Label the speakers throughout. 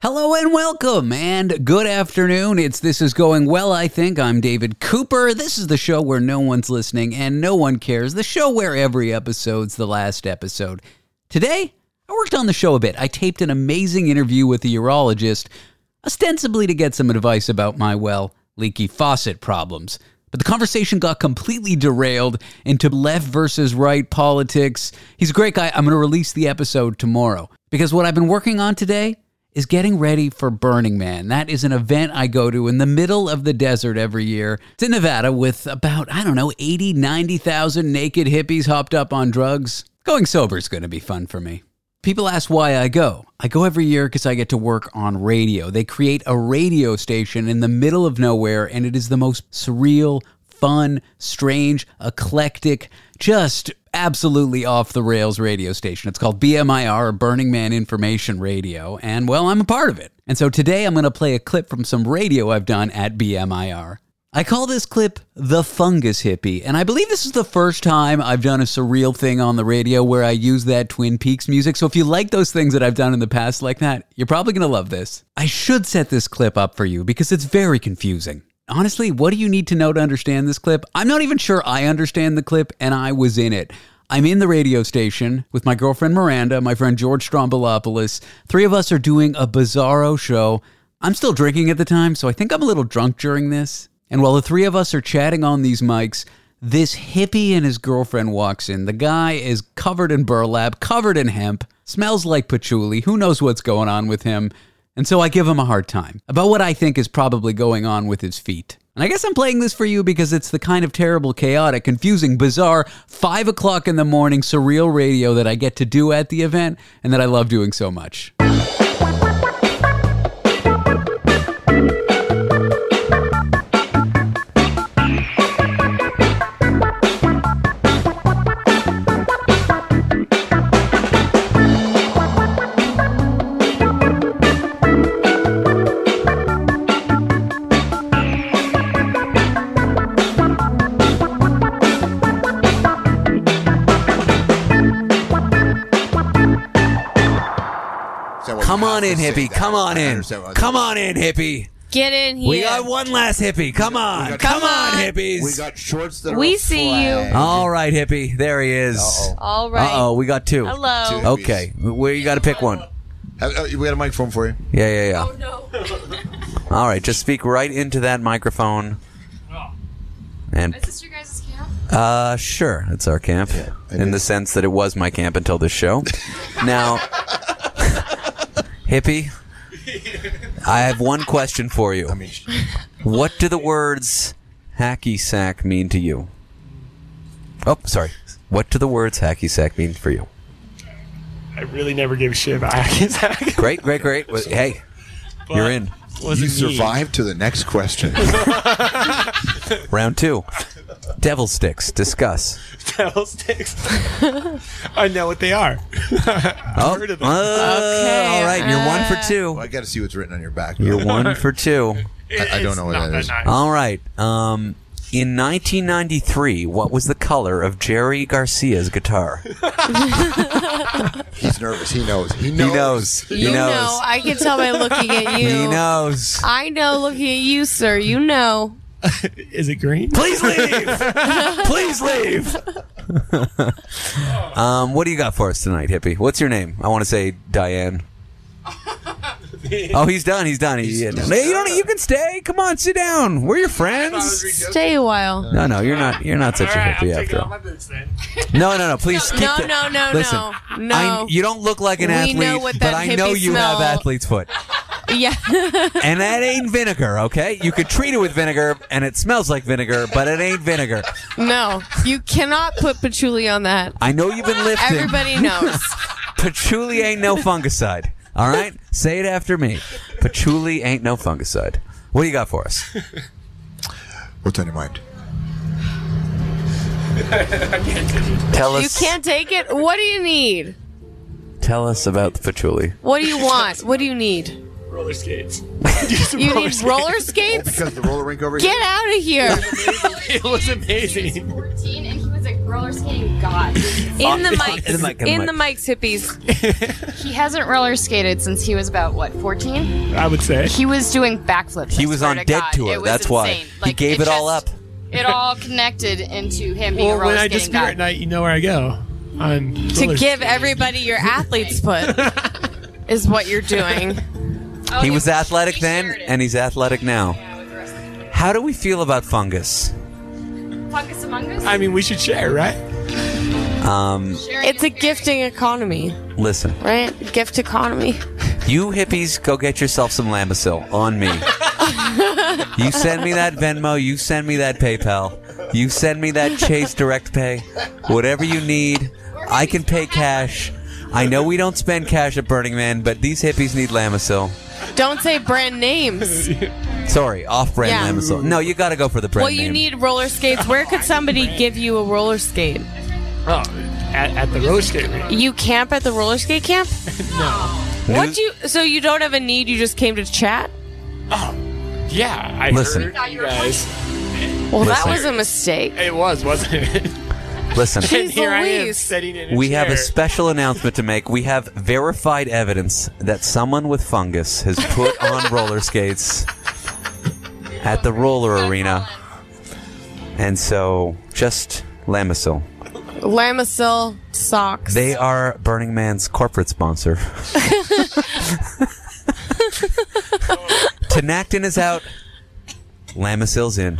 Speaker 1: Hello and welcome and good afternoon. It's This Is Going Well, I think. I'm David Cooper. This is the show where no one's listening and no one cares. The show where every episode's the last episode. Today, I worked on the show a bit. I taped an amazing interview with a urologist, ostensibly to get some advice about my, well, leaky faucet problems. But the conversation got completely derailed into left versus right politics. He's a great guy. I'm going to release the episode tomorrow because what I've been working on today is getting ready for Burning Man. That is an event I go to in the middle of the desert every year. It's in Nevada with about, I don't know, 80, 90,000 naked hippies hopped up on drugs. Going sober is going to be fun for me. People ask why I go. I go every year because I get to work on radio. They create a radio station in the middle of nowhere, and it is the most surreal, fun, strange, eclectic, just absolutely off the rails radio station. It's called BMIR, or Burning Man Information Radio, and well, I'm a part of it. And so today I'm going to play a clip from some radio I've done at BMIR. I call this clip The Fungus Hippie, and I believe this is the first time I've done a surreal thing on the radio where I use that Twin Peaks music. So if you like those things that I've done in the past like that, you're probably going to love this. I should set this clip up for you because it's very confusing. Honestly, what do you need to know to understand this clip? I'm not even sure I understand the clip, and I was in it. I'm in the radio station with my girlfriend Miranda, my friend George Strombolopoulos. Three of us are doing a bizarro show. I'm still drinking at the time, so I think I'm a little drunk during this. And while the three of us are chatting on these mics, this hippie and his girlfriend walks in. The guy is covered in burlap, covered in hemp, smells like patchouli. Who knows what's going on with him? And so I give him a hard time about what I think is probably going on with his feet. And I guess I'm playing this for you because it's the kind of terrible, chaotic, confusing, bizarre, 5 o'clock in the morning surreal radio that I get to do at the event and that I love doing so much.
Speaker 2: So what
Speaker 1: Come
Speaker 2: you
Speaker 1: on
Speaker 2: have
Speaker 1: in,
Speaker 2: to say
Speaker 1: hippie.
Speaker 2: that.
Speaker 1: Come on
Speaker 2: I
Speaker 1: in.
Speaker 2: understand Uh, what-
Speaker 1: Come on in, hippie.
Speaker 3: Get in here.
Speaker 1: We got one last hippie. Come on.
Speaker 2: got-
Speaker 1: Come
Speaker 3: Come
Speaker 1: on,
Speaker 3: on.
Speaker 1: hippies.
Speaker 2: We got shorts that are.
Speaker 3: We
Speaker 2: a
Speaker 3: see
Speaker 2: flag.
Speaker 1: All right, hippie. There he is.
Speaker 3: All right.
Speaker 1: Uh oh, we got two.
Speaker 3: Hello.
Speaker 2: Two.
Speaker 1: Okay. Where you got to pick one?
Speaker 2: Uh, uh, we got a microphone for you.
Speaker 1: Yeah, yeah, yeah.
Speaker 3: Oh, no.
Speaker 1: All right, just speak right into that microphone. And
Speaker 3: this your guys' camp?
Speaker 1: uh, sure, it's our camp
Speaker 2: it
Speaker 1: in the
Speaker 2: is.
Speaker 1: sense that it was my camp until this show. now, hippie, I have one question for you.
Speaker 2: I mean, sh-
Speaker 1: What do the words hacky sack mean to you? Oh, sorry. What do the words hacky sack mean for you?
Speaker 4: I really never gave a shit about Hackensack.
Speaker 1: Great, great, great. Well, Hey, you're in.
Speaker 4: Was
Speaker 2: you survived to the next question. Oh,
Speaker 1: Round two. Devil sticks. Discuss.
Speaker 4: Devil sticks. I know what they are.
Speaker 1: Oh,
Speaker 4: heard of them.
Speaker 1: uh, all right. You're one
Speaker 3: uh,
Speaker 1: for two.
Speaker 2: I got to see what's written on your back.
Speaker 1: You're one for two.
Speaker 2: I- I don't know what
Speaker 4: It's not
Speaker 2: that is.
Speaker 4: nice.
Speaker 1: All right. Um, in 1993, what was the color of Jerry Garcia's guitar?
Speaker 2: He's nervous. He knows. He
Speaker 1: He
Speaker 2: knows.
Speaker 1: knows. He
Speaker 3: You
Speaker 1: knows.
Speaker 3: know, I can tell by looking at you.
Speaker 1: He knows.
Speaker 3: I know looking at you, sir. You know.
Speaker 4: Is it green?
Speaker 1: Please leave. Please leave. um, what do you got for us tonight, hippie? What's your name? I want to say Diane. Oh, he's done. He's done. He, yeah, no, you don't. You can stay. Come on, sit down. We're your friends.
Speaker 3: Stay a while.
Speaker 1: No, no, you're not. You're not such
Speaker 4: All
Speaker 1: a
Speaker 4: right, I'm
Speaker 1: hippie
Speaker 4: taking
Speaker 1: after
Speaker 4: off
Speaker 1: all.
Speaker 4: my boots then.
Speaker 1: No, no, no. Please. keep
Speaker 3: No,
Speaker 1: the-
Speaker 3: no, no,
Speaker 1: Listen,
Speaker 3: no,
Speaker 1: I,
Speaker 3: no.
Speaker 1: you don't look like an
Speaker 3: We
Speaker 1: athlete,
Speaker 3: know what
Speaker 1: but
Speaker 3: that
Speaker 1: I know
Speaker 3: hippie
Speaker 1: you have
Speaker 3: smell-
Speaker 1: athlete's foot,
Speaker 3: Yeah.
Speaker 1: and that ain't vinegar. Okay, you could treat it with vinegar, and it smells like vinegar, but it ain't vinegar.
Speaker 3: no. You cannot put patchouli on that.
Speaker 1: I know you've been lifting.
Speaker 3: Everybody knows.
Speaker 1: Patchouli ain't no fungicide. All right? Say it after me. Patchouli ain't no fungicide. What do you got for us?
Speaker 2: What's on your mind?
Speaker 1: Tell
Speaker 3: you
Speaker 1: us
Speaker 3: can't take it. What do you need?
Speaker 1: tell us about the patchouli.
Speaker 3: What do you want? What do you need?
Speaker 4: Roller skates.
Speaker 3: You need roller skates?
Speaker 2: Because the roller rink over
Speaker 3: Get out of here.
Speaker 4: It was amazing.
Speaker 5: He was 14 and he was a roller skating
Speaker 3: In
Speaker 5: god.
Speaker 3: the
Speaker 6: In the mic,
Speaker 3: mics.
Speaker 6: in the
Speaker 3: In the mics, hippies.
Speaker 5: He hasn't roller skated since he was about what 14.
Speaker 4: I would say.
Speaker 5: He was doing backflips. I
Speaker 6: He was
Speaker 5: swear
Speaker 6: on
Speaker 5: to
Speaker 6: Dead
Speaker 5: God.
Speaker 6: Tour,
Speaker 5: It was
Speaker 6: that's why.
Speaker 5: insane.
Speaker 6: He gave it all
Speaker 5: just-
Speaker 6: up.
Speaker 5: It all connected into him being
Speaker 4: Well,
Speaker 5: a roller
Speaker 4: when I
Speaker 5: skating
Speaker 4: disappear
Speaker 5: god.
Speaker 4: at night, you know where I go. On
Speaker 3: To give everybody your athlete's foot is what you're doing.
Speaker 5: Oh,
Speaker 6: He was athletic
Speaker 5: he
Speaker 6: then,
Speaker 5: shared it.
Speaker 6: and he's athletic now.
Speaker 5: Yeah, with the rest of the community.
Speaker 6: How do we feel about fungus?
Speaker 5: Fungus Among Us?
Speaker 4: I mean, we should share, right?
Speaker 6: Um,
Speaker 5: Sharing
Speaker 3: It's a
Speaker 5: is caring.
Speaker 3: gifting economy,
Speaker 6: listen,
Speaker 3: right? Gift economy.
Speaker 6: you hippies, go get yourself some Lamisil on me. you send me that Venmo, you send me that PayPal, you send me that Chase Direct Pay, whatever you need. I can pay cash. I know we don't spend cash at Burning Man, but these hippies need Lamisil.
Speaker 3: Don't say brand names.
Speaker 6: Sorry, off-brand
Speaker 3: Yeah.
Speaker 6: Lamisil. No, you got to go for the brand
Speaker 3: Well, you
Speaker 6: name.
Speaker 3: need roller skates. Where could somebody give you a roller skate?
Speaker 4: Oh, at, at the roller skate rink.
Speaker 3: You camp at the roller skate camp? What
Speaker 6: News-
Speaker 3: do you? So you don't have a need. You just came to chat.
Speaker 4: Yeah, I
Speaker 6: Listen.
Speaker 4: heard you guys.
Speaker 3: Well, that
Speaker 6: Listen.
Speaker 3: was a mistake.
Speaker 4: It was, wasn't it?
Speaker 6: Listen.
Speaker 4: and here I am
Speaker 3: Louise.
Speaker 4: sitting in a
Speaker 6: We have a
Speaker 4: chair.
Speaker 6: special announcement to make. We have verified evidence that someone with fungus has put on roller skates at the roller arena. And so, just Lamisil.
Speaker 3: Lamisil socks.
Speaker 6: They are Burning Man's corporate sponsor. Tenactin is out. Lamisil's in.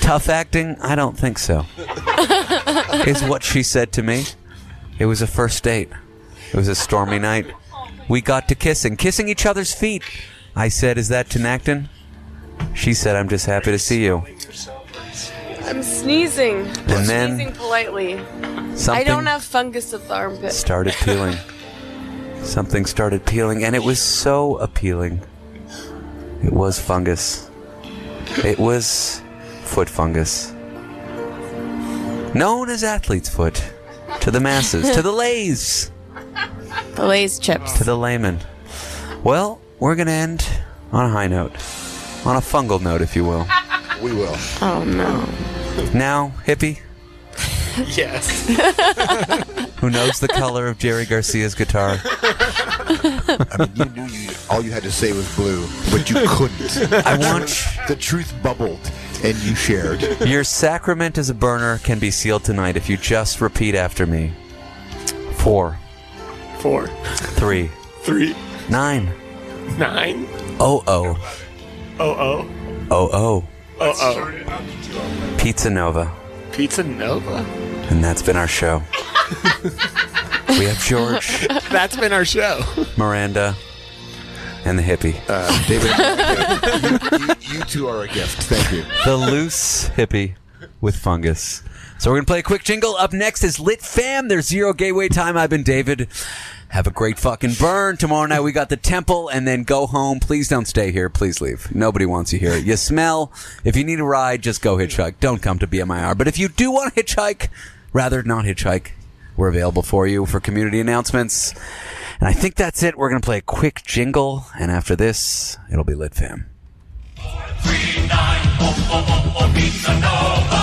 Speaker 6: Tough acting? I don't think so. is what she said to me. It was a first date. It was a stormy night. We got to kissing, kissing each other's feet. I said, "Is that Tenactin?" She said, "I'm just happy to see you."
Speaker 3: I'm sneezing.
Speaker 6: And
Speaker 3: sneezing
Speaker 6: then
Speaker 3: politely.
Speaker 6: something.
Speaker 3: I don't have fungus at the armpit.
Speaker 6: started peeling. Something started peeling, and it was so appealing. It was fungus. It was foot fungus. Known as athlete's foot to the masses, to the lays,
Speaker 3: The Lay's chips.
Speaker 6: to the layman. Well, we're going to end on a high note, on a fungal note, if you will.
Speaker 2: We will.
Speaker 3: Oh no.
Speaker 6: Now, hippie,
Speaker 4: Yes.
Speaker 6: who knows the color of Jerry Garcia's guitar,
Speaker 2: I mean, you knew you, all you had to say was blue, but you couldn't.
Speaker 6: I want.
Speaker 2: the truth bubbled, and you shared.
Speaker 6: Your sacrament as a burner can be sealed tonight if you just repeat after me. Four,
Speaker 4: Four,
Speaker 6: three,
Speaker 4: three,
Speaker 6: nine,
Speaker 4: nine,
Speaker 6: oh, oh,
Speaker 4: oh,
Speaker 6: oh,
Speaker 4: oh, oh,
Speaker 6: oh, Pizza Nova.
Speaker 4: oh. Pizza Nova.
Speaker 6: And that's been our show. we have George,
Speaker 4: That's been our show.
Speaker 6: Miranda, and the hippie.
Speaker 2: Uh, David, you, you, you two are a gift. Thank you.
Speaker 6: The loose hippie with fungus. So we're going to play a quick jingle. Up next is Lit Fam. There's zero gateway time. I've been David. Have a great fucking burn. Tomorrow night we got the temple and then go home. Please don't stay here. Please leave. Nobody wants you here. You smell. If you need a ride, just go hitchhike. Don't come to BMIR. But if you do want to hitchhike, rather not hitchhike. We're available for you for community announcements. And I think that's it. We're going to play a quick jingle. And after this, it'll be Lit Fam.
Speaker 7: Three, nine, oh, oh, oh, oh, pizza nova.